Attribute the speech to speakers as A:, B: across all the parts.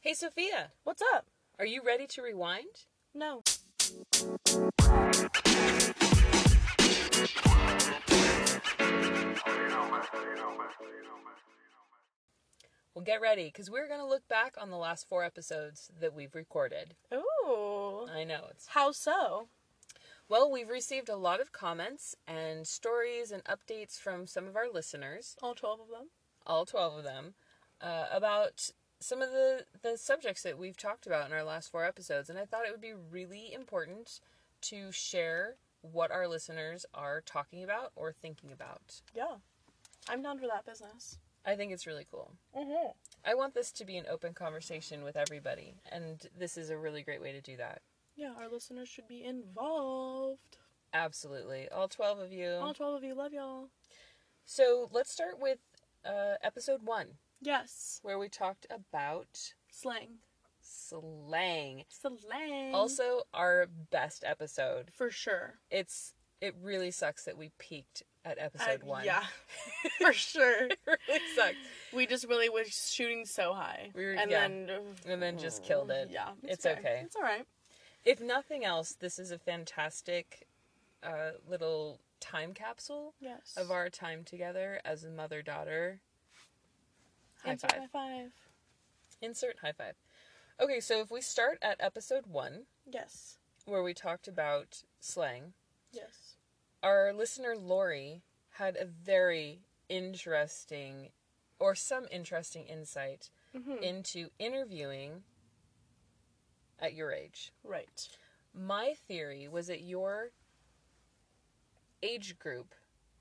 A: Hey, Sophia,
B: What's up?
A: are you ready to rewind?
B: No.
A: Well, get ready because we're going to look back on the last four episodes that we've recorded.
B: Ooh.
A: I know it's.
B: How so?
A: Well, we've received a lot of comments and stories and updates from some of our listeners,
B: All 12 of them?
A: all 12 of them, uh, about some of the, the subjects that we've talked about in our last four episodes. And I thought it would be really important to share what our listeners are talking about or thinking about.
B: Yeah. I'm down for that business.
A: I think it's really cool.
B: Mm-hmm.
A: I want this to be an open conversation with everybody, and this is a really great way to do that.
B: Yeah, our listeners should be involved.
A: Absolutely. All 12 of you.
B: All 12 of you. Love y'all.
A: So let's start with uh, episode one,
B: Yes.
A: where we talked about
B: Slang.
A: slang.
B: Slang.
A: Also, our best episode.
B: for sure.
A: It's it really sucks that we peaked at
B: I-
A: episode one.
B: Uh, Yeah. for sure.
A: it really sucks.
B: We just really was shooting so high.
A: We were-
B: and
A: yeah.
B: then. oh,
A: And then just killed it.
B: Yeah.
A: It's okay.
B: It's all right.
A: If nothing else, this is a fantastic uh, little time capsule
B: Yes.
A: of our time together as a mother daughter. High
B: Insert
A: five.
B: high five.
A: Insert high five. Okay, so if we start at episode one,
B: Yes.
A: where we talked about slang,
B: Yes.
A: our listener Lori had a very interesting or some interesting insight
B: Mhm.
A: into interviewing at your age.
B: Right.
A: My theory was that your age group,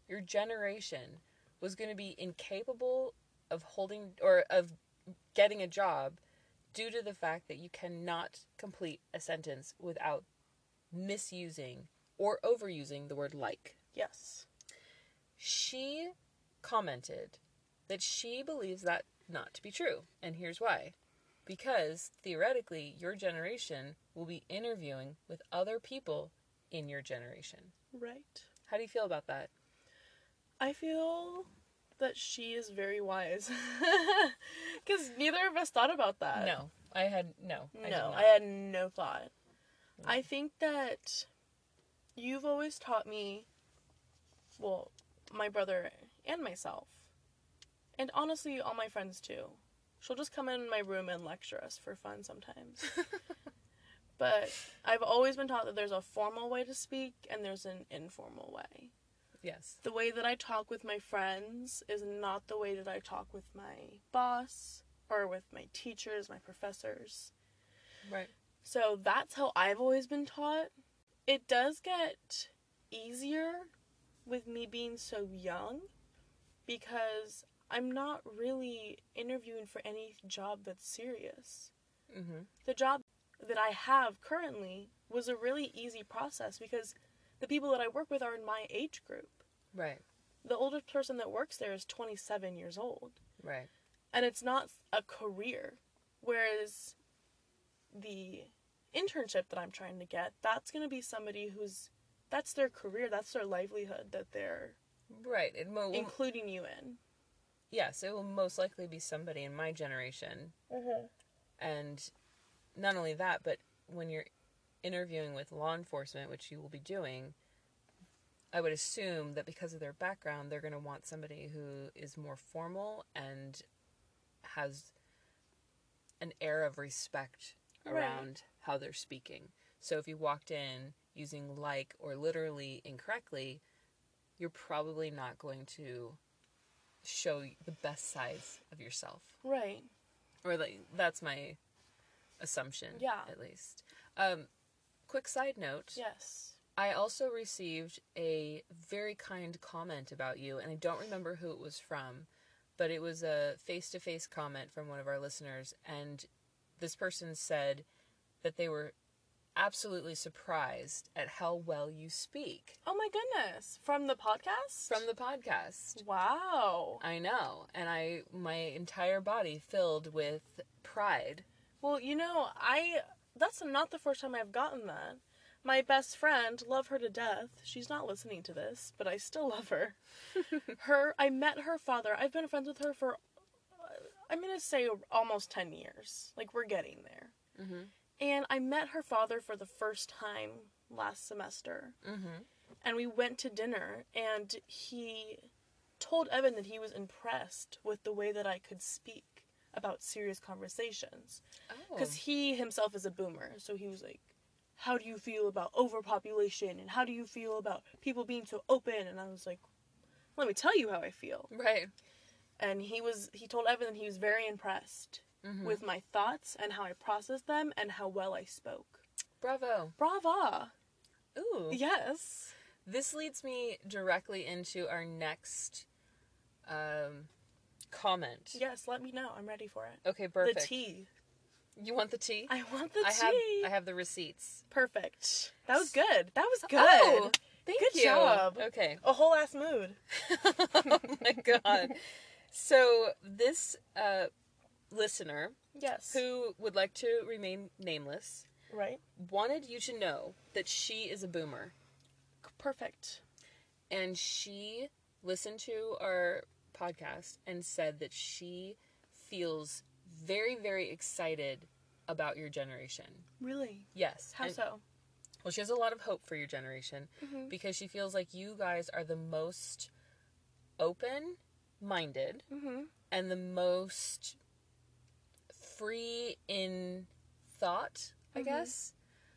A: your generation, was going to be incapable of holding or of getting a job due to the fact that you cannot complete a sentence without misusing or overusing the word like
B: Yes.
A: she commented that she believes that not to be true. And here's why. Because theoretically, your generation will be interviewing with other people in your generation.
B: Right.
A: How do you feel about that?
B: I feel that she is very wise. Because neither of us thought about that.
A: no, Uh, I had no. I did
B: No,
A: not.
B: I, had no thought. I think that you've always taught me, well, my brother and myself, and honestly, all my friends too. She'll just come in my room and lecture us for fun sometimes. but I've always been taught that there's a formal way to speak and there's an informal way.
A: yes,
B: the way that I talk with my friends is not the way that I talk with my boss or with my teachers, my professors.
A: right.
B: So that's how I've always been taught. It does get easier with me being so young because I'm not really interviewing for any job that's serious.
A: Mm-hmm.
B: The job that I have currently was a really easy process because the people that I work with are in my age group
A: Right,
B: the oldest person that works there is 27 years old
A: right.
B: and it's not a career whereas the internship that i'm trying to get that's going to be somebody who's that's their career that's their livelihood that they're
A: Right. It mo-
B: including you in
A: yes, it will most likely be somebody in my generation And not only that, but when you're interviewing with law enforcement, which you will be doing, I would assume that because of their background, they're going to want somebody who is more formal and has an air of respect
B: Right.
A: around how they're speaking. So if you walked in using like or literally incorrectly, you're probably not going to show the best sides of yourself
B: right
A: or like that's my assumption
B: Yeah.
A: at least um quick side note
B: yes
A: i also received a very kind comment about you and i don't remember who it was from but it was a face-to-face comment from one of our listeners and this person said that they were absolutely surprised at how well you speak
B: oh my goodness from the podcast
A: from the podcast
B: wow
A: i know and i my entire body filled with pride
B: Well, you know, I that's not the first time I've gotten that. My best friend, love her to death. She's not listening to this, but I still love her. her, I met her father. I've been friends with her for uh, I'm going to say almost 10 years. Like, we're getting there.
A: Mm-hmm.
B: And I met her father for the first time last semester.
A: Mm-hmm.
B: and we went to dinner and he told evan that he was impressed with the way that i could speak about serious conversations
A: Oh.
B: because he himself is a boomer so he was like how do you feel about overpopulation and how do you feel about people being so open and i was like let me tell you how i feel
A: right.
B: and he was he told evan that he was very impressed
A: Mm-hmm.
B: with my thoughts and how i processed them and how well i spoke
A: Bravo.
B: brava
A: Ooh.
B: yes
A: This leads me directly into our next um, comment.
B: yes let me know i'm ready for it
A: Okay, perfect.
B: The tea.
A: You want the tea?
B: I want the
A: I
B: tea.
A: have I have the receipts.
B: Perfect. That was good. That was good.
A: Oh, thank
B: Good
A: you.
B: job.
A: Okay.
B: A whole ass mood.
A: oh my god. So this uh, listener
B: Yes.
A: who would like to remain nameless
B: Right.
A: wanted you to know that she is a boomer
B: Perfect.
A: and she listened to our podcast and said that she feels very very excited about your generation.
B: Really.
A: Yes.
B: How
A: and-
B: so?
A: Well, she has a lot of hope for your generation
B: Mhm.
A: because she feels like you guys are the most open minded
B: Mm-hmm.
A: and the most free in thought, I
B: Mhm.
A: guess.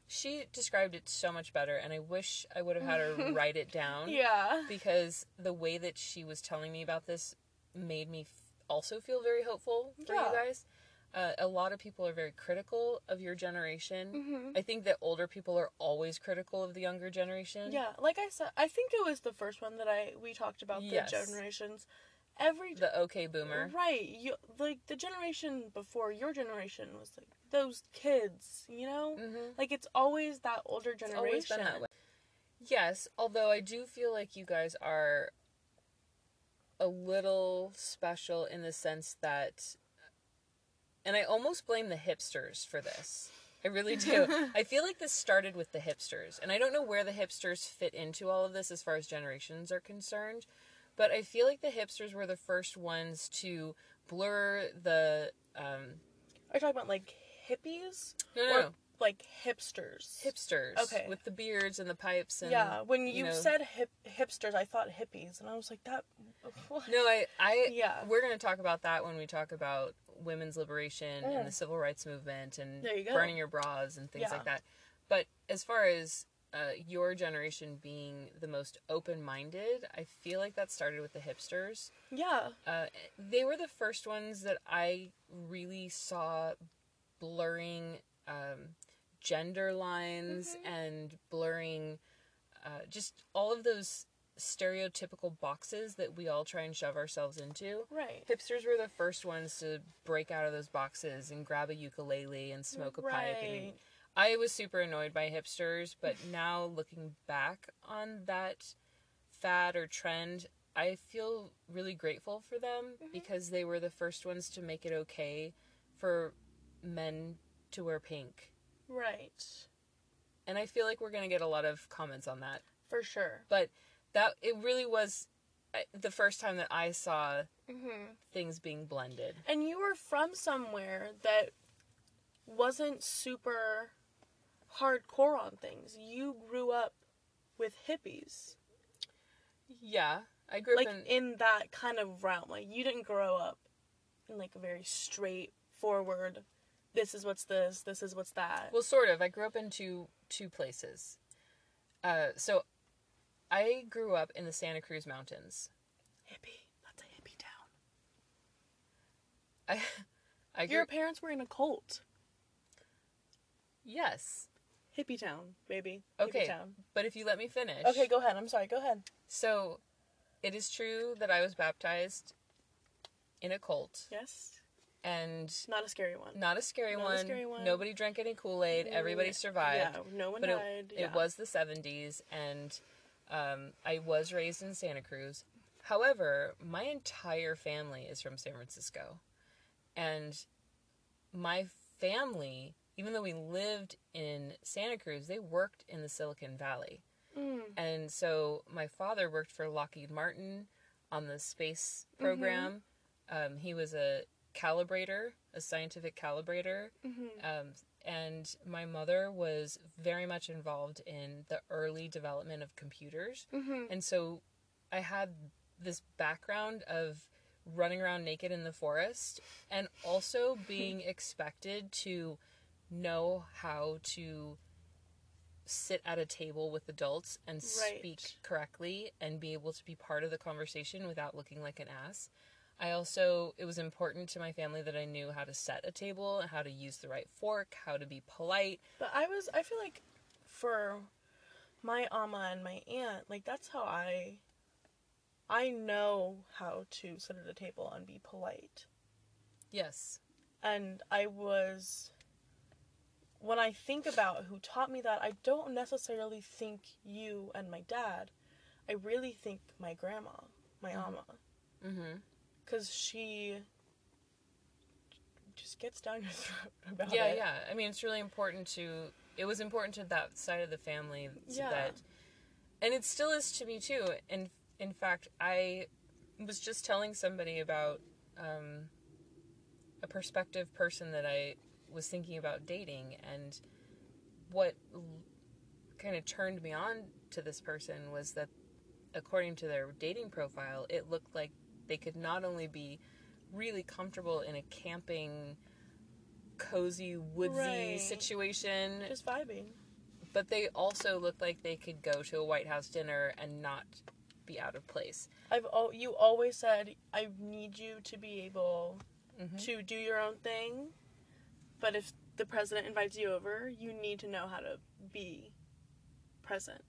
A: She described it so much better, and I wish I would have had her write it down
B: Yeah.
A: because the way that she was telling me about this made me f- also feel very hopeful for
B: Yeah.
A: you guys. Uh, a lot of people are very critical of your generation.
B: Mm-hmm.
A: I think that older people are always critical of the younger generation.
B: Yeah. Like I said, I think it was the first one that I we talked about the
A: Yes.
B: generations. Every
A: The okay boomer.
B: right, you like the generation before your generation was like those kids. You know,
A: Mm-hmm.
B: like it's always that older
A: It's
B: generation.
A: always been that way. Yes, although I do feel like you guys are a little special in the sense that and I almost blame the hipsters for this. I really do. I feel like this started with the hipsters, and I don't know where the hipsters fit into all of this as far as generations are concerned, but I feel like the hipsters were the first ones to blur the um
B: Are you talking about like hippies?
A: no no,
B: Or
A: no.
B: like hipsters.
A: hipsters
B: Okay.
A: with the beards and the pipes and
B: yeah, when you,
A: you know-
B: said hip, hipsters, I thought hippies, and I was like, that. What?
A: no I I
B: Yeah.
A: we're going to talk about that when we talk about women's liberation
B: Yeah.
A: and the civil rights movement and
B: Mm. There you go.
A: burning your bras and things
B: Yeah.
A: like that. But as far as uh, your generation being the most open minded, I feel like that started with the hipsters.
B: Yeah.
A: Uh, they were the first ones that I really saw blurring um, gender lines
B: Mhm.
A: and blurring uh, just all of those stereotypical boxes that we all try and shove ourselves into.
B: Right.
A: Hipsters were the first ones to break out of those boxes and grab a ukulele and smoke a pipe. And
B: right.
A: I was super annoyed by hipsters, but now looking back on that fad or trend, I feel really grateful for them
B: Mhm.
A: because they were the first ones to make it okay for men to wear pink.
B: Right.
A: And I feel like we're going to get a lot of comments on that.
B: For sure.
A: But that it really was uh, the first time that I saw
B: hmm
A: things being blended.
B: And you were from somewhere that wasn't super hardcore on things. You grew up with hippies,
A: Yeah, I grew
B: like
A: up in
B: in that kind of realm. Like you didn't grow up in like a very straightforward. This is what's this. This is what's that.
A: Well, sort of. I grew up in two two places. Uh, so I grew up in the Santa Cruz Mountains.
B: Hippie. That's a hippie town.
A: I, I grew
B: Your parents were in a cult.
A: yes,
B: Hippie town, baby.
A: Okay.
B: Hippie town.
A: but if you let me finish,
B: Okay, go ahead. I'm sorry. Go ahead.
A: So, it is true that I was baptized in a cult,
B: Yes.
A: and
B: Not a scary one.
A: not a scary,
B: Not a
A: one.
B: scary one.
A: Nobody drank any Kool Aid.
B: Mm,
A: Everybody survived.
B: Yeah, no one
A: but it,
B: died.
A: it
B: yeah.
A: was the 70s and um, i was raised in santa cruz however my entire family is from san francisco and my family even though we lived in santa cruz they worked in the silicon valley
B: Mm.
A: and so my father worked for lockheed martin on the space program um, he was a calibrator, a scientific calibrator.
B: Mm-hmm.
A: Um, and my mother was very much involved in the early development of computers.
B: Mm-hmm.
A: And so I had this background of running around naked in the forest and also being expected to know how to sit at a table with adults and speak
B: Right.
A: correctly and be able to be part of the conversation without looking like an ass. I also, it was important to my family that I knew how to set a table and how to use the right fork, how to be polite.
B: But I was, I feel like for my ama and my aunt, like that's how I, I know how to sit at a table and be polite.
A: Yes.
B: And I was, when I think about who taught me that, I don't necessarily think you and my dad. I really think my grandma, my
A: Mm.
B: ama,
A: Mm-hmm.
B: because she just gets down your throat about
A: yeah
B: it.
A: yeah i mean it's really important to it was important to that side of the family so
B: Yeah.
A: that and it still is to me too and in fact i was just telling somebody about um, a prospective person that i was thinking about dating and what kind of turned me on to this person was that according to their dating profile it looked like they could not only be really comfortable in a camping cozy woodsy
B: Right.
A: situation
B: Just vibing.
A: but they also looked like they could go to a white house dinner and not be out of place
B: I've al- you always said I need you to be able
A: Mhm.
B: to do your own thing, but if the president invites you over, you need to know how to be present.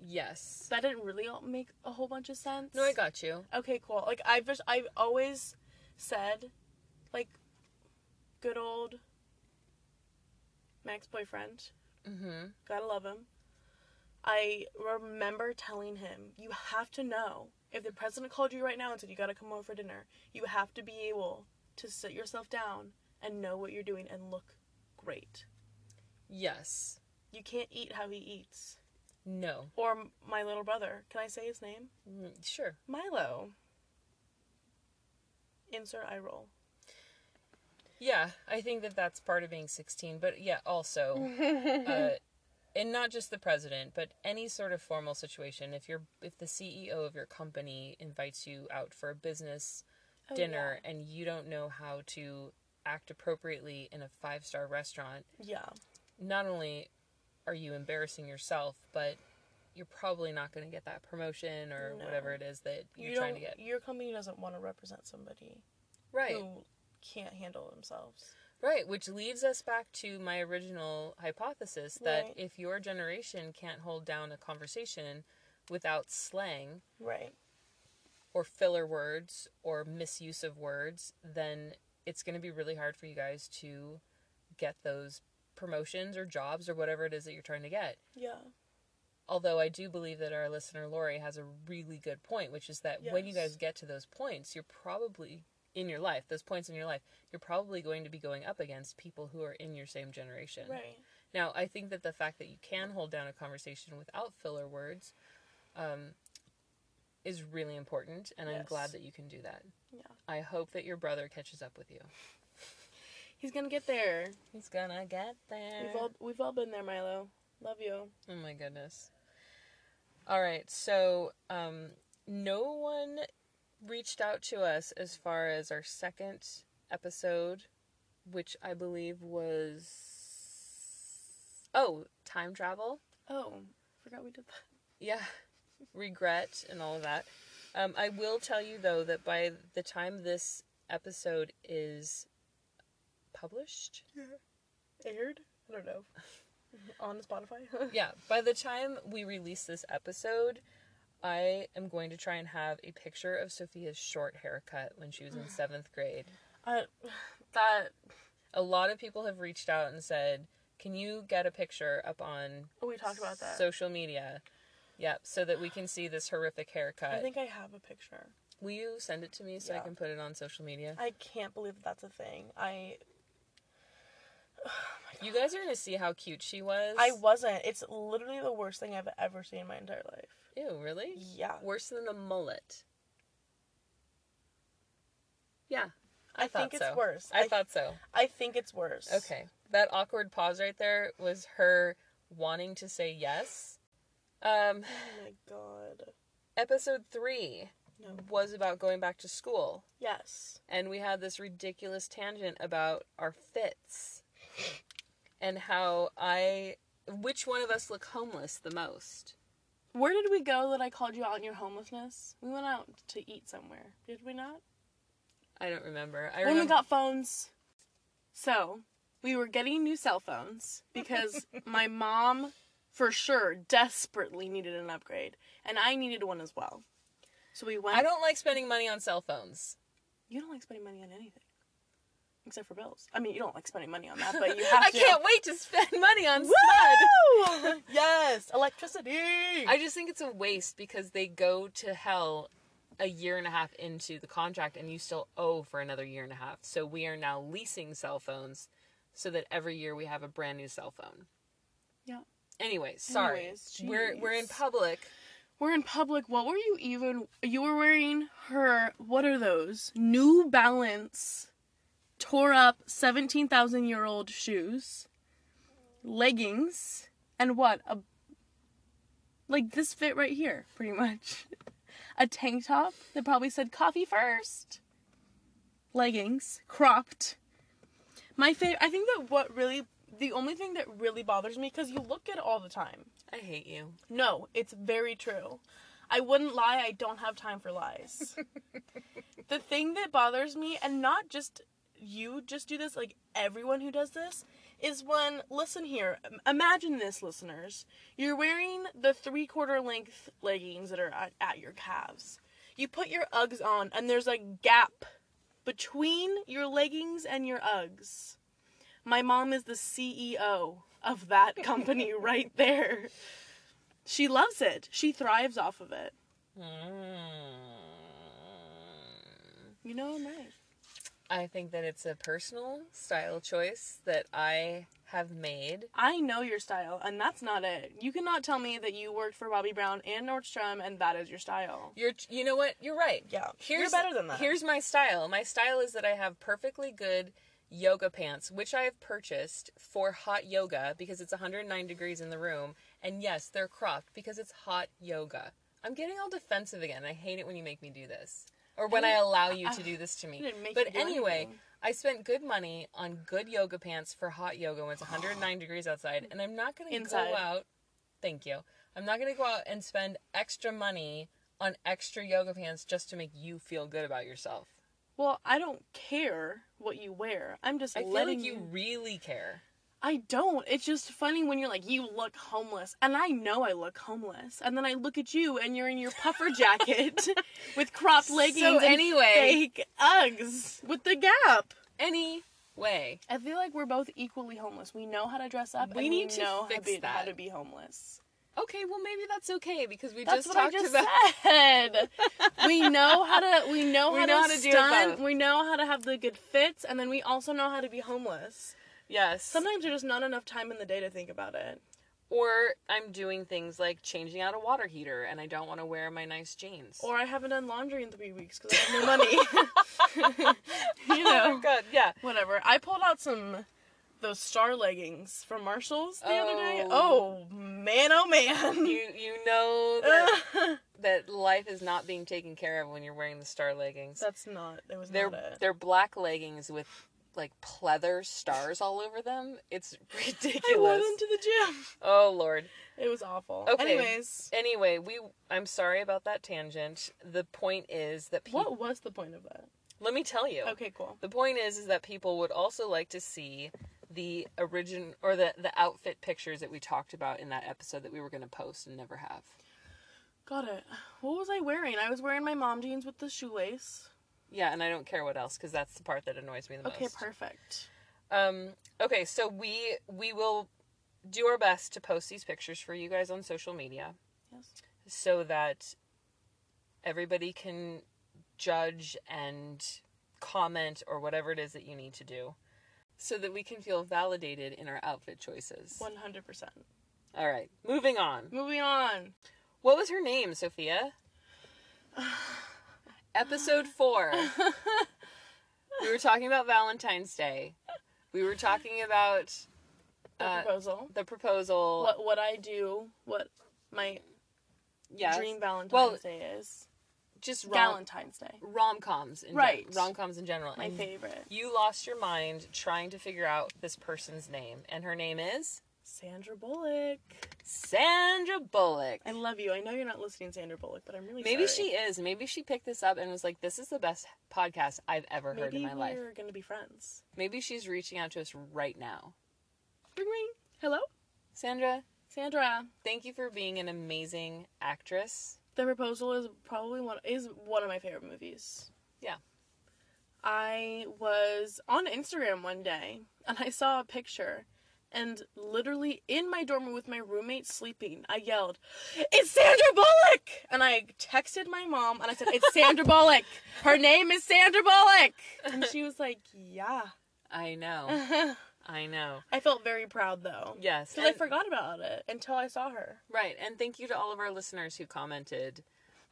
A: yes
B: That didn't really all make a whole bunch of sense.
A: no i got you
B: Okay, cool. Like I've just I've always said, like, good old Max boyfriend.
A: mm-hmm
B: Gotta love him. I remember telling him, you have to know if the president called you right now and said you gotta come over for dinner, you have to be able to sit yourself down and know what you're doing and look great.
A: yes
B: You can't eat how he eats.
A: no
B: Or m- my little brother. Can I say his name?
A: Mm, sure
B: Milo. Insert eye roll.
A: yeah i think that that's part of being 16 but yeah also uh, and not just the president but any sort of formal situation if you're if the ceo of your company invites you out for a business
B: Oh,
A: dinner and you don't know how to act appropriately in a five star restaurant,
B: Yeah.
A: not only are you embarrassing yourself, but you're probably not going to get that promotion or
B: No.
A: whatever it is that
B: You
A: you're
B: don't,
A: trying to get.
B: Your company doesn't want to represent somebody
A: Right,
B: who can't handle themselves.
A: right. Which leads us back to my original hypothesis that
B: Right.
A: if your generation can't hold down a conversation without slang
B: Right.
A: or filler words or misuse of words, then it's going to be really hard for you guys to get those promotions or jobs or whatever it is that you're trying to get.
B: Yeah.
A: Although I do believe that our listener Lori has a really good point, which is that when you
B: Yes.
A: guys get to those points, you're probably in your life, those points in your life, you're probably going to be going up against people who are in your same generation.
B: Right.
A: Now, I think that the fact that you can hold down a conversation without filler words um, is really important, and I'm
B: Yes.
A: glad that you can do that.
B: Yeah.
A: I hope that your brother catches up with you.
B: He's gonna get there.
A: He's gonna get there.
B: We've all we've all been there, Milo. Love you.
A: Oh my goodness. All right, so um, no one reached out to us as far as our second episode, which I believe was oh time travel.
B: Oh, forgot we did that.
A: Yeah, regret and all of that. Um, I will tell you though that by the time this episode is published,
B: Aired? I don't know. On Spotify?
A: yeah, by the time we release this episode, I am going to try and have a picture of Sophia's short haircut when she was in seventh grade.
B: I, that
A: A lot of people have reached out and said, Can you get a picture up on
B: we talked about that.
A: social media? Yep, so that we can see this horrific haircut.
B: I think I have a picture.
A: Will you send it to me so I
B: Yeah.
A: can put it on social media?
B: I can't believe that's a thing. I
A: You guys are gonna see how cute she was.
B: Oh I wasn't. It's literally the worst thing I've ever seen in my entire life.
A: Ew, really?
B: Yeah.
A: Worse than the mullet. Yeah,
B: I,
A: thought
B: think it's
A: so.
B: worse.
A: I, thought so.
B: I think it's worse.
A: Okay. That awkward pause right there was her wanting to say yes. Um,
B: Oh my god.
A: episode three
B: No.
A: was about going back to school,
B: Yes.
A: and we had this ridiculous tangent about our fits and how I, which one of us look homeless the most.
B: Where did we go that I called you out on your homelessness? We went out to eat somewhere, did we not?
A: I don't remember. I
B: when
A: remember
B: we got phones. So, we were getting new cell phones because my mom, for sure, desperately needed an upgrade, and I needed one as well. So we went.
A: I don't like spending money on cell phones.
B: You don't like spending money on anything, except for bills. I mean, you don't like spending money on that, but you have
A: I
B: to.
A: can't wait to spend money on Spud.
B: Woo! yes, electricity.
A: I just think it's a waste because they go to hell a year and a half into the contract and you still owe for another year and a half. So we are now leasing cell phones so that every year we have a brand new cell phone.
B: Yeah.
A: Anyway, sorry.
B: Anyways,
A: we're we're in
B: jeez.
A: public.
B: We're in public. What were you even? You were wearing her. What are those? New Balance, tore up seventeen thousand year old shoes, leggings, and what a. Like this fit right here, pretty much. A tank top that probably said coffee first. Leggings, cropped. My favorite. I think that what really, the only thing that really bothers me, because you look at it all the time.
A: I hate you.
B: No, it's very true. I wouldn't lie, I don't have time for lies. the thing that bothers me, and not just you just do this, like everyone who does this, is when, listen here, im- imagine this, listeners. You're wearing the three quarter length leggings that are at, at your calves. You put your Uggs on, and there's a gap between your leggings and your Uggs. My mom is the CEO of that company right there. She loves it. She thrives off of it.
A: Mm.
B: You know, nice.
A: I think that it's a personal style choice that I have made.
B: I know your style, and that's not it. You cannot tell me that you worked for Bobby Brown and Nordstrom, and that is your style.
A: You're you know what? You're right.
B: Yeah, you're
A: Here's,
B: better than that.
A: Here's my style. My style is that I have perfectly good yoga pants, which I have purchased for hot yoga because it's 109 degrees in the room. And yes, they're cropped because it's hot yoga. I'm getting all defensive again. I hate it when you make me do this. Or when I,
B: didn't-
A: allow you to
B: I-
A: do this to me.
B: didn't make
A: but
B: you do
A: anyway,
B: anything.
A: I spent good money on good yoga pants for hot yoga when it's 109 degrees outside. And I'm not going to go
B: Inside.
A: out. Thank you. I'm not going to go out and spend extra money on extra yoga pants just to make you feel good about yourself.
B: Well, I don't care what you wear. I'm just
A: I feel
B: letting
A: like you really care.
B: I don't. It's just funny when you're like, you look homeless, and I know I look homeless, and then I look at you, and you're in your puffer jacket with cropped leggings and
A: anyway-
B: fake Uggs with the gap.
A: Anyway,
B: I feel like we're both equally homeless. We know how to dress up.
A: We
B: and
A: need
B: we
A: to
B: know
A: fix
B: how, be, how
A: that.
B: to be homeless.
A: okay, well maybe that's okay because we
B: That's
A: just
B: what I
A: talked
B: just
A: about
B: said. we know how to. We know
A: We
B: how
A: know
B: to
A: how to do
B: stun.
A: both.
B: we know how to have the good fits, and then we also know how to be homeless.
A: yes.
B: Sometimes there's just not enough time in the day to think about it.
A: or I'm doing things like changing out a water heater and I don't want to wear my nice jeans.
B: Or I haven't done laundry in three weeks because I have no money. you know,
A: good, Oh yeah.
B: whatever. I pulled out some those star leggings from Marshalls the other day.
A: Oh.
B: Oh man, oh man.
A: You you know that,
B: That's
A: that life is not being taken care of when you're wearing the star leggings.
B: not. That was
A: They're
B: not it.
A: they're black leggings with like pleather stars all over them. It's
B: I wore
A: ridiculous.
B: them to the gym.
A: Oh lord.
B: It was awful.
A: Okay.
B: Anyways,
A: Anyway, we I'm sorry about that tangent. The point is that people
B: what was the point of that?
A: Let me tell you.
B: Okay, cool.
A: The point is is that people would also like to see the origin or the the outfit pictures that we talked about in that episode that we were going to post and never have.
B: Got it. What was I wearing? I was wearing my mom jeans with the shoelace.
A: Yeah, and I don't care what else cuz that's the part that annoys me the
B: Okay,
A: most.
B: perfect.
A: Um okay, so we we will do our best to post these pictures for you guys on social media
B: Yes.
A: so that everybody can judge and comment or whatever it is that you need to do so that we can feel validated in our outfit choices.
B: One hundred percent.
A: All right, moving on.
B: Moving on.
A: What was her name, Sophia? Episode 4. we were talking about Valentine's Day. We were talking about
B: The
A: Uh,
B: proposal.
A: the proposal.
B: What what I do, what my
A: yes.
B: dream Valentine's
A: Well,
B: Day is.
A: just rom-
B: Valentine's Day.
A: rom-coms in
B: Right.
A: rom-coms in general.
B: My
A: And
B: favorite.
A: You lost your mind trying to figure out this person's name and her name is
B: Sandra Bullock.
A: Sandra Bullock.
B: I love you. I know you're not listening, Sandra Bullock, but I'm really
A: Maybe
B: sorry.
A: she is. Maybe she picked this up and was like, "This is the best podcast I've ever heard in my
B: Maybe
A: life."
B: we're gonna be friends.
A: Maybe she's reaching out to us right now.
B: Ring ring. Hello,
A: Sandra,
B: Sandra.
A: thank you for being an amazing actress.
B: The Proposal is probably one is one of my favorite movies.
A: Yeah.
B: I was on Instagram one day and I saw a picture and literally in my dorm room with my roommate sleeping, I yelled, "It's Sandra Bullock!" And I texted my mom and I said, "It's Sandra Bullock. Her name is Sandra Bullock." And she was like, "Yeah."
A: I know.
B: I
A: I know.
B: felt very proud though.
A: Yes.
B: Because I
A: and-
B: forgot about it until I saw her.
A: Right, and thank you to all of our listeners who commented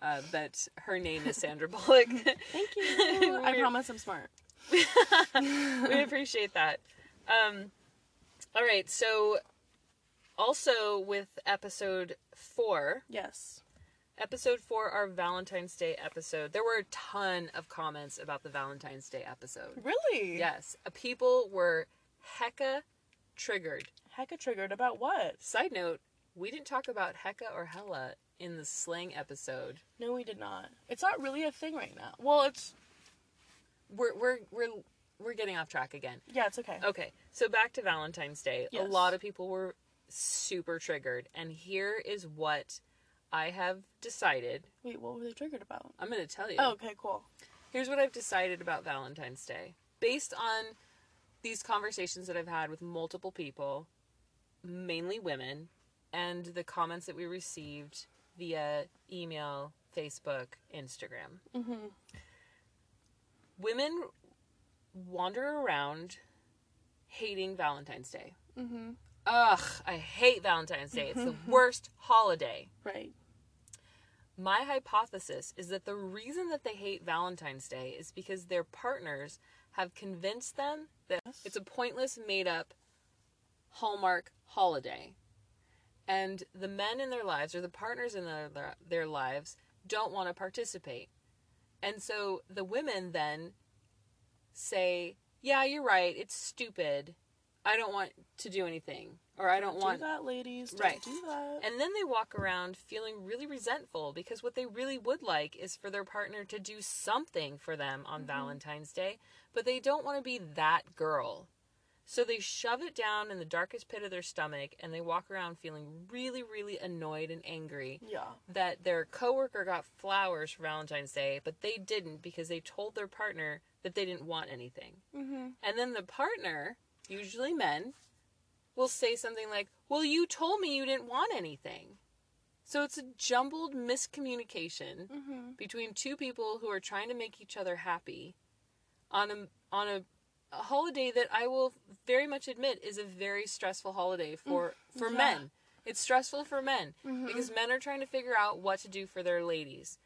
A: uh, that her name is Sandra Bullock.
B: Thank you. I
A: We're-
B: promise I'm smart.
A: we appreciate that. Um, all right, so also with episode four,
B: Yes.
A: episode four, our Valentine's Day episode, there were a ton of comments about the Valentine's Day episode.
B: Really?
A: Yes, uh, people were hecka triggered.
B: Hecka triggered about what?
A: Side note, we didn't talk about hecka or hella in the slang episode.
B: No, we did not. It's not really a thing right now. Well, it's
A: We're we're we're we're getting off track again.
B: yeah, it's okay.
A: Okay, so back to Valentine's Day. A
B: Yes.
A: lot of people were super triggered, and here is what I have decided.
B: Wait, what were they triggered about?
A: I'm going to tell you.
B: Oh, okay, cool.
A: Here's what I've decided about Valentine's Day. Based on these conversations that I've had with multiple people, mainly women, and the comments that we received via email, Facebook, Instagram.
B: Mhm.
A: Women wander around hating Valentine's Day.
B: Mhm.
A: Ugh, I hate Valentine's Day. It's the worst holiday.
B: Right.
A: My hypothesis is that the reason that they hate Valentine's Day is because their partners have convinced them that
B: Yes.
A: it's a pointless, made up Hallmark holiday. And the men in their lives or the partners in their, their lives don't want to participate. And so the women then say, Yeah, you're right. It's stupid. I don't want to do anything. Or I don't
B: do
A: want
B: that, ladies. Don't
A: Right.
B: Do that.
A: and then they walk around feeling really resentful because what they really would like is for their partner to do something for them on Valentine's Day, but they don't want to be that girl. So they shove it down in the darkest pit of their stomach and they walk around feeling really, really annoyed and angry
B: yeah.
A: that their coworker got flowers for Valentine's Day, but they didn't because they told their partner that they didn't want anything.
B: Mhm.
A: And then the partner, usually men, will say something like, Well, you told me you didn't want anything. So it's a jumbled miscommunication
B: Mhm.
A: between two people who are trying to make each other happy on a, on a, a holiday that I will very much admit is a very stressful holiday for, for
B: yeah.
A: men. It's stressful for men because men are trying to figure out what to do for their ladies.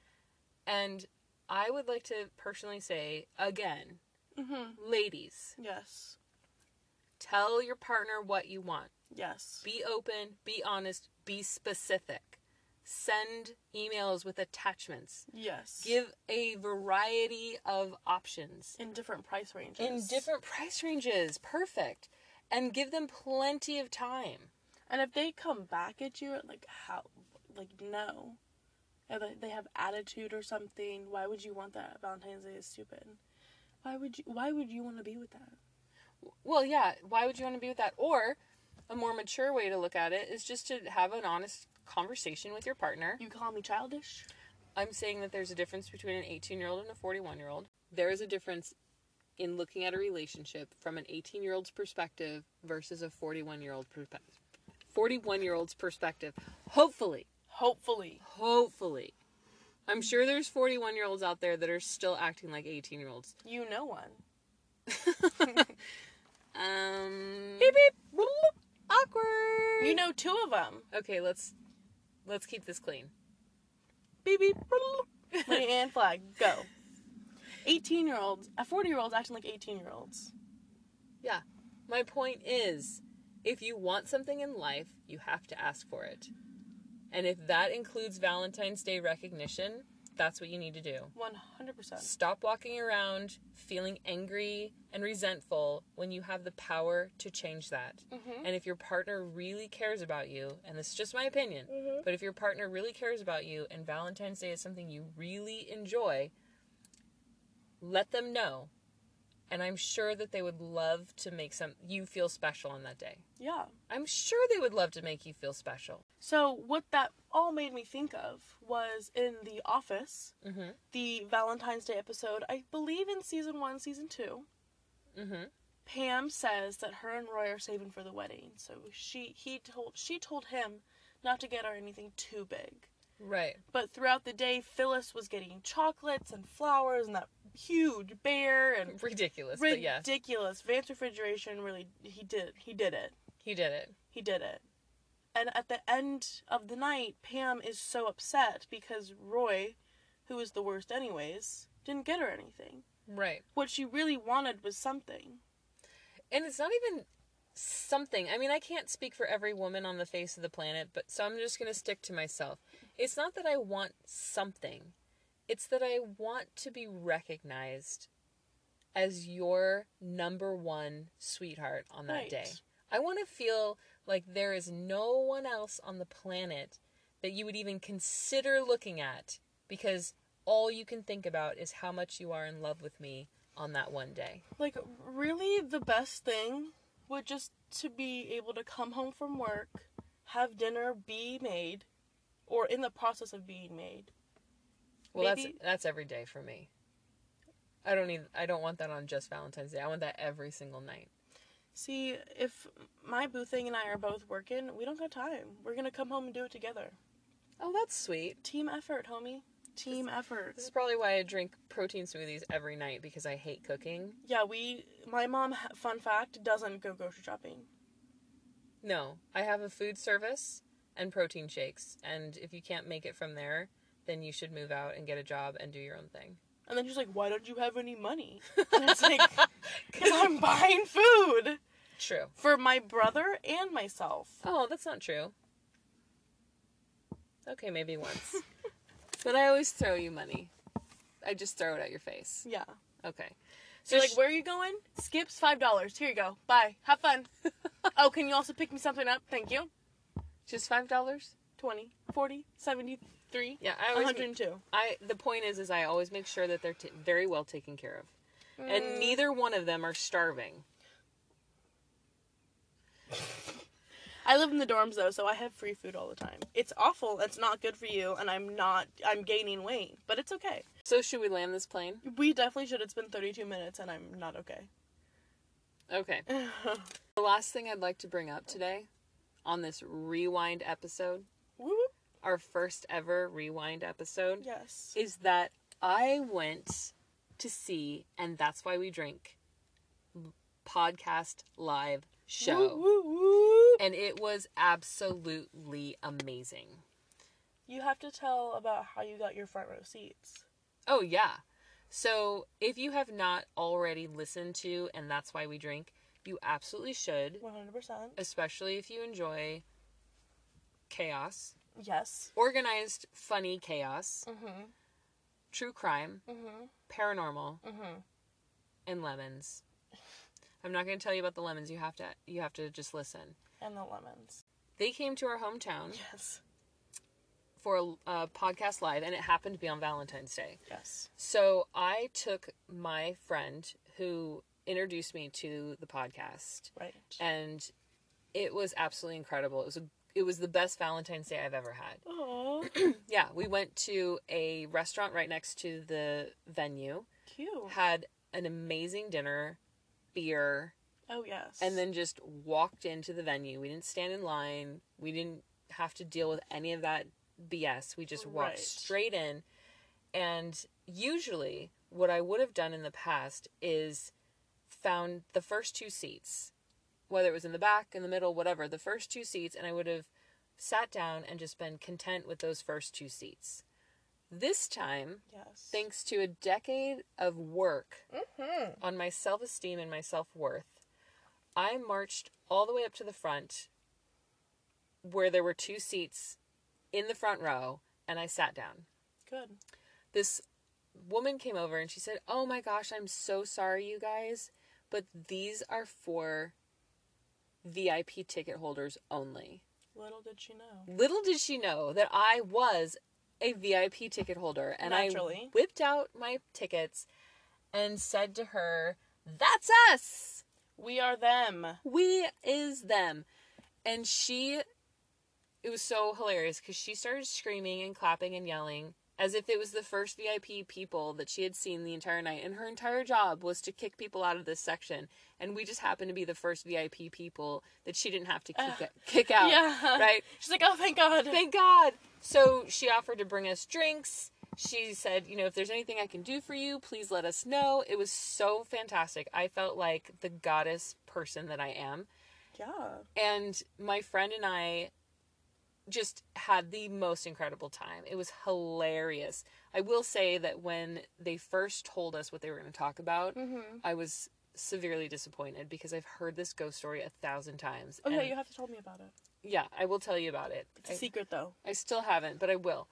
A: And I would like to personally say again,
B: Mhm.
A: ladies,
B: Yes.
A: Tell your partner what you want.
B: Yes.
A: Be open, be honest, be specific. Send emails with attachments.
B: yes.
A: Give a variety of options
B: in different price ranges.
A: in different price ranges. Perfect. And give them plenty of time.
B: And if they come back at you like how like no. If they- they have attitude or something, why would you want that? Valentine's Day is stupid. Why would you why would you want to be with that?
A: Well, yeah, why would you want to be with that? Or a more mature way to look at it is just to have an honest conversation with your partner.
B: You call me childish?
A: I'm saying that there's a difference between an 18 year old and a 41 year old. There is a difference in looking at a relationship from an 18 year old's perspective versus a 41 year old perspective. 41 year old's perspective. Hopefully,
B: Hopefully.
A: hopefully. I'm sure there's 41 year olds out there that are still acting like 18 year olds.
B: You know one.
A: Um,
B: beep.
A: awkward.
B: You know two of them.
A: Okay, let's let's keep this clean.
B: Beep beep. Lady and flag, go. 18 year olds, 40 year olds uh, acting like 18 year olds.
A: Yeah. My point is if you want something in life, you have to ask for it. And if that includes Valentine's Day recognition, that's what you need to do.
B: 100%.
A: Stop walking around feeling angry and resentful when you have the power to change that.
B: Mhm.
A: And if your partner really cares about you, and this is just my opinion,
C: Mhm.
A: but if your partner really cares about you and Valentine's Day is something you really enjoy, let them know. And I'm sure that they would love to make some you feel special on that day.
B: Yeah.
A: I'm sure they would love to make you feel special.
B: So, what that all made me think of was in The Office,
A: Mhm.
B: the Valentine's Day episode, I believe in season one, season two,
A: Mhm.
B: Pam says that her and Roy are saving for the wedding. So she he told she told him not to get her anything too big.
A: Right.
B: But throughout the day, Phyllis was getting chocolates and flowers and that huge bear and
A: Ridiculous, but yes.
B: ridiculous. Vance refrigeration really he did he did it.
A: He did it.
B: He did it. And at the end of the night, Pam is so upset because Roy, who is the worst anyways, didn't get her anything.
A: Right.
B: What she really wanted was something.
A: and it's not even something. I mean, I can't speak for every woman on the face of the planet, but so I'm just going to stick to myself. It's not that I want something. It's that I want to be recognized as your number one sweetheart on that
B: Right.
A: day. I want to feel like there is no one else on the planet that you would even consider looking at because all you can think about is how much you are in love with me on that one day.
B: Like really the best thing would just to be able to come home from work, have dinner be made or in the process of being made.
A: Well,
B: Maybe-
A: that's that's every day for me. I don't need. I don't want that on just Valentine's Day. I want that every single night.
B: See, if my boo thing and I are both working, we don't got time. We're going to come home and do it together.
A: Oh, that's sweet.
B: Team effort, homie. Team effort.
A: This is probably why I drink protein smoothies every night because I hate cooking.
B: Yeah, we. My mom, ha- fun fact, doesn't go grocery shopping.
A: No, I have a food service and protein shakes, and if you can't make it from there, then you should move out and get a job and do your own thing.
B: And then she's like, "Why don't you have any money?" And it's like, "Cause I'm buying food
A: True.
B: for my brother and myself."
A: Oh, that's not true. Okay, maybe once. but I always throw you money. I just throw it at your face.
B: Yeah.
A: Okay.
B: So you're like, "Where are you going?" Skips five dollars. Here you go. Bye. Have fun. oh, can you also pick me something up? Thank you.
A: Just five dollars?
B: 20, 40, 73,
A: Yeah, I always.
B: 102.
A: I the point is, is I always make sure that they're t- very well taken care of, and neither one of them are starving.
B: I live in the dorms though, so I have free food all the time. It's awful. It's not good for you, and I'm not. I'm gaining weight, but it's okay.
A: So should we land this plane?
B: We definitely should. It's been 32 minutes and I'm not okay.
A: Okay.
B: Woo-woo.
A: The last thing I'd like to bring up today, on this rewind episode, our first ever rewind episode,
B: yes.
A: is that I went to see, and that's why we drink, podcast live show.
B: Woo-woo-woo.
A: And it was absolutely amazing.
B: You have to tell about how you got your front row seats.
A: Oh, yeah. So if you have not already listened to And That's Why We Drink, you absolutely should,
B: 100%.
A: especially if you enjoy chaos,
B: Yes.
A: organized, funny chaos,
B: Mhm.
A: true crime,
B: Mhm.
A: paranormal,
B: Mhm.
A: and lemons. I'm not going to tell you about the lemons. You have to you have to just listen.
B: And the lemons.
A: They came to our hometown
B: Yes.
A: for a, a podcast live and it happened to be on Valentine's Day.
B: Yes.
A: So I took my friend who introduced me to the podcast
B: Right.
A: and it was absolutely incredible. It was a, it was the best Valentine's Day I've ever had.
B: Oh,
A: Yeah, we went to a restaurant right next to the venue,
B: cute.
A: had an amazing dinner, beer,
B: Oh, yes.
A: and then just walked into the venue. We didn't stand in line. We didn't have to deal with any of that BS. We just walked
B: Right.
A: straight in. And usually, what I would have done in the past is found the first two seats, whether it was in the back, in the middle, whatever, the first two seats, and I would have sat down and just been content with those first two seats. This time,
B: Yes.
A: thanks to a decade of work
B: Mm-hmm.
A: on my self esteem and my self worth, I marched all the way up to the front where there were two seats in the front row and I sat down.
B: Good.
A: This woman came over and she said, Oh my gosh, I'm so sorry, you guys, but these are for VIP ticket holders only.
B: Little did she know.
A: Little did she know that I was a VIP ticket holder, and I
B: Naturally.
A: whipped out my tickets and said to her, "That's us.
B: We are them.
A: We is them." And she, it was so hilarious because she started screaming and clapping and yelling as if it was the first VIP people that she had seen the entire night, and her entire job was to kick people out of this section, and we just happened to be the first VIP people that she didn't have to kick, kick out.
B: Yeah.
A: Right.
B: She's like, oh, thank God.
A: Thank God. So she offered to bring us drinks. She said, you know, if there's anything I can do for you, please let us know. It was so fantastic. I felt like the goddess person that I am.
B: yeah.
A: And my friend and I just had the most incredible time. It was hilarious. I will say that when they first told us what they were going to talk about,
B: Mm-hmm.
A: I was severely disappointed because I've heard this ghost story a thousand times.
B: Okay,
A: And-
B: Oh, you have to tell me about it.
A: yeah, I will tell you about it.
B: It's
A: I-
B: a secret, though.
A: I still haven't, but I will.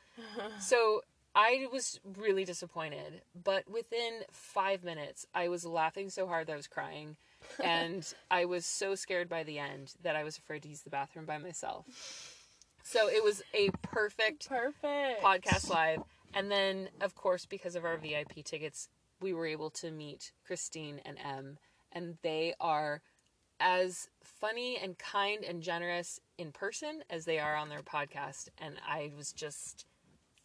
A: so I was really disappointed, but within five minutes, I was laughing so hard that I was crying. And I was so scared by the end that I was afraid to use the bathroom by myself. So it was a perfect
B: Perfect.
A: podcast live. And then, of course, because of our VIP tickets, we were able to meet Christine and Em. And they are as funny and kind and generous in person as they are on their podcast. And I was just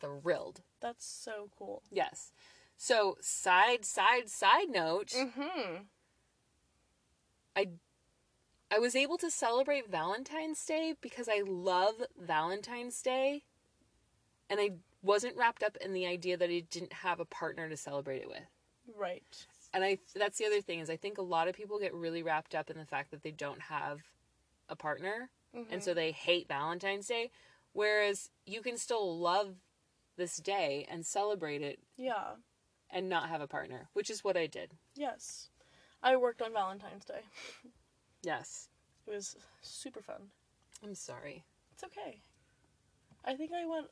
A: thrilled.
B: That's so cool.
A: Yes. So, side, side, side note,
B: Mm-hmm.
A: I was able to celebrate Valentine's Day because I love Valentine's Day. And I wasn't wrapped up in the idea that I didn't have a partner to celebrate it with.
B: Right.
A: and I that's the other thing is I think a lot of people get really wrapped up in the fact that they don't have a partner
B: Mm-hmm.
A: and so they hate Valentine's Day whereas you can still love this day and celebrate it
B: Yeah.
A: and not have a partner which is what I did
B: Yes. I worked on Valentine's Day.
A: yes
B: It was super fun.
A: I'm sorry
B: It's okay. I think I went.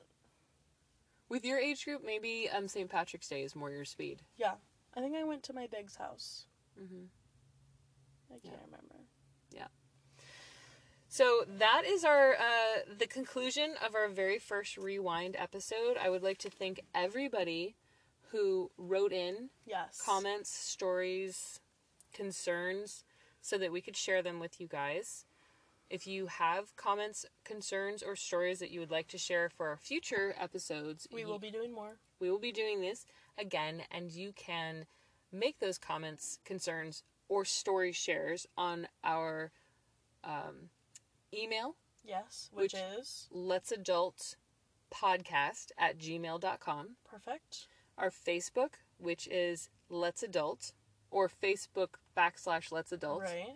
A: with your age group maybe um St. Patrick's Day is more your speed
B: Yeah. I think I went to my Big's house.
A: mm-hmm.
B: I can't remember.
A: So that is our uh, the conclusion of our very first rewind episode. I would like to thank everybody who wrote in
B: Yes.
A: comments, stories, concerns, so that we could share them with you guys. If you have comments, concerns, or stories that you would like to share for our future episodes,
B: We
A: you-
B: will be doing more.
A: we will be doing this again, and you can make those comments, concerns, or story shares on our um, email
B: Yes. Which,
A: Which-
B: is
A: let's adult podcast at gmail.com
B: perfect.
A: our Facebook, which is Let's Adult, or Facebook backslash Let's Adult.
B: Right.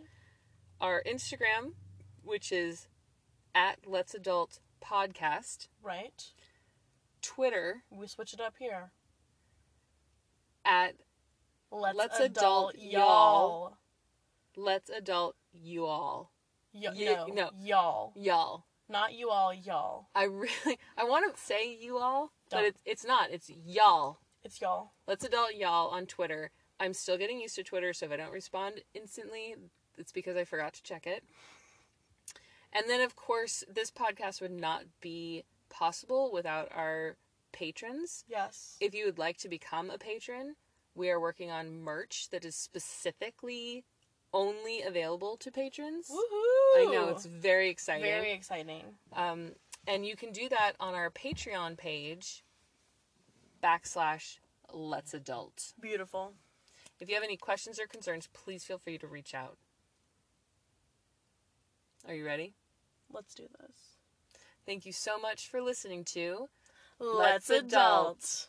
A: Our Instagram, which is at Let's Adult Podcast.
B: Right.
A: Twitter
B: We switch it up here.
A: at
B: Let's,
A: Let's adult
B: adult,
A: y'all.
B: y'all.
A: Let's Adult You All.
B: Y-
A: Ye-
B: no,
A: no.
B: Y'all.
A: Y'all.
B: Not you all, y'all.
A: I really I want to say you all, but
B: Don't.
A: it's it's not. It's y'all.
B: It's y'all.
A: Let's Adult Y'all on Twitter. I'm still getting used to Twitter, so if I don't respond instantly, it's because I forgot to check it. And then, of course, this podcast would not be possible without our patrons.
B: Yes.
A: If you would like to become a patron, we are working on merch that is specifically only available to patrons.
B: Woohoo!
A: I know, it's very exciting.
B: very exciting.
A: Um, and you can do that on our Patreon page backslash let's adult.
B: Beautiful.
A: If you have any questions or concerns, please feel free to reach out. Are you ready?
B: Let's do this.
A: Thank you so much for listening to
B: Let's adult.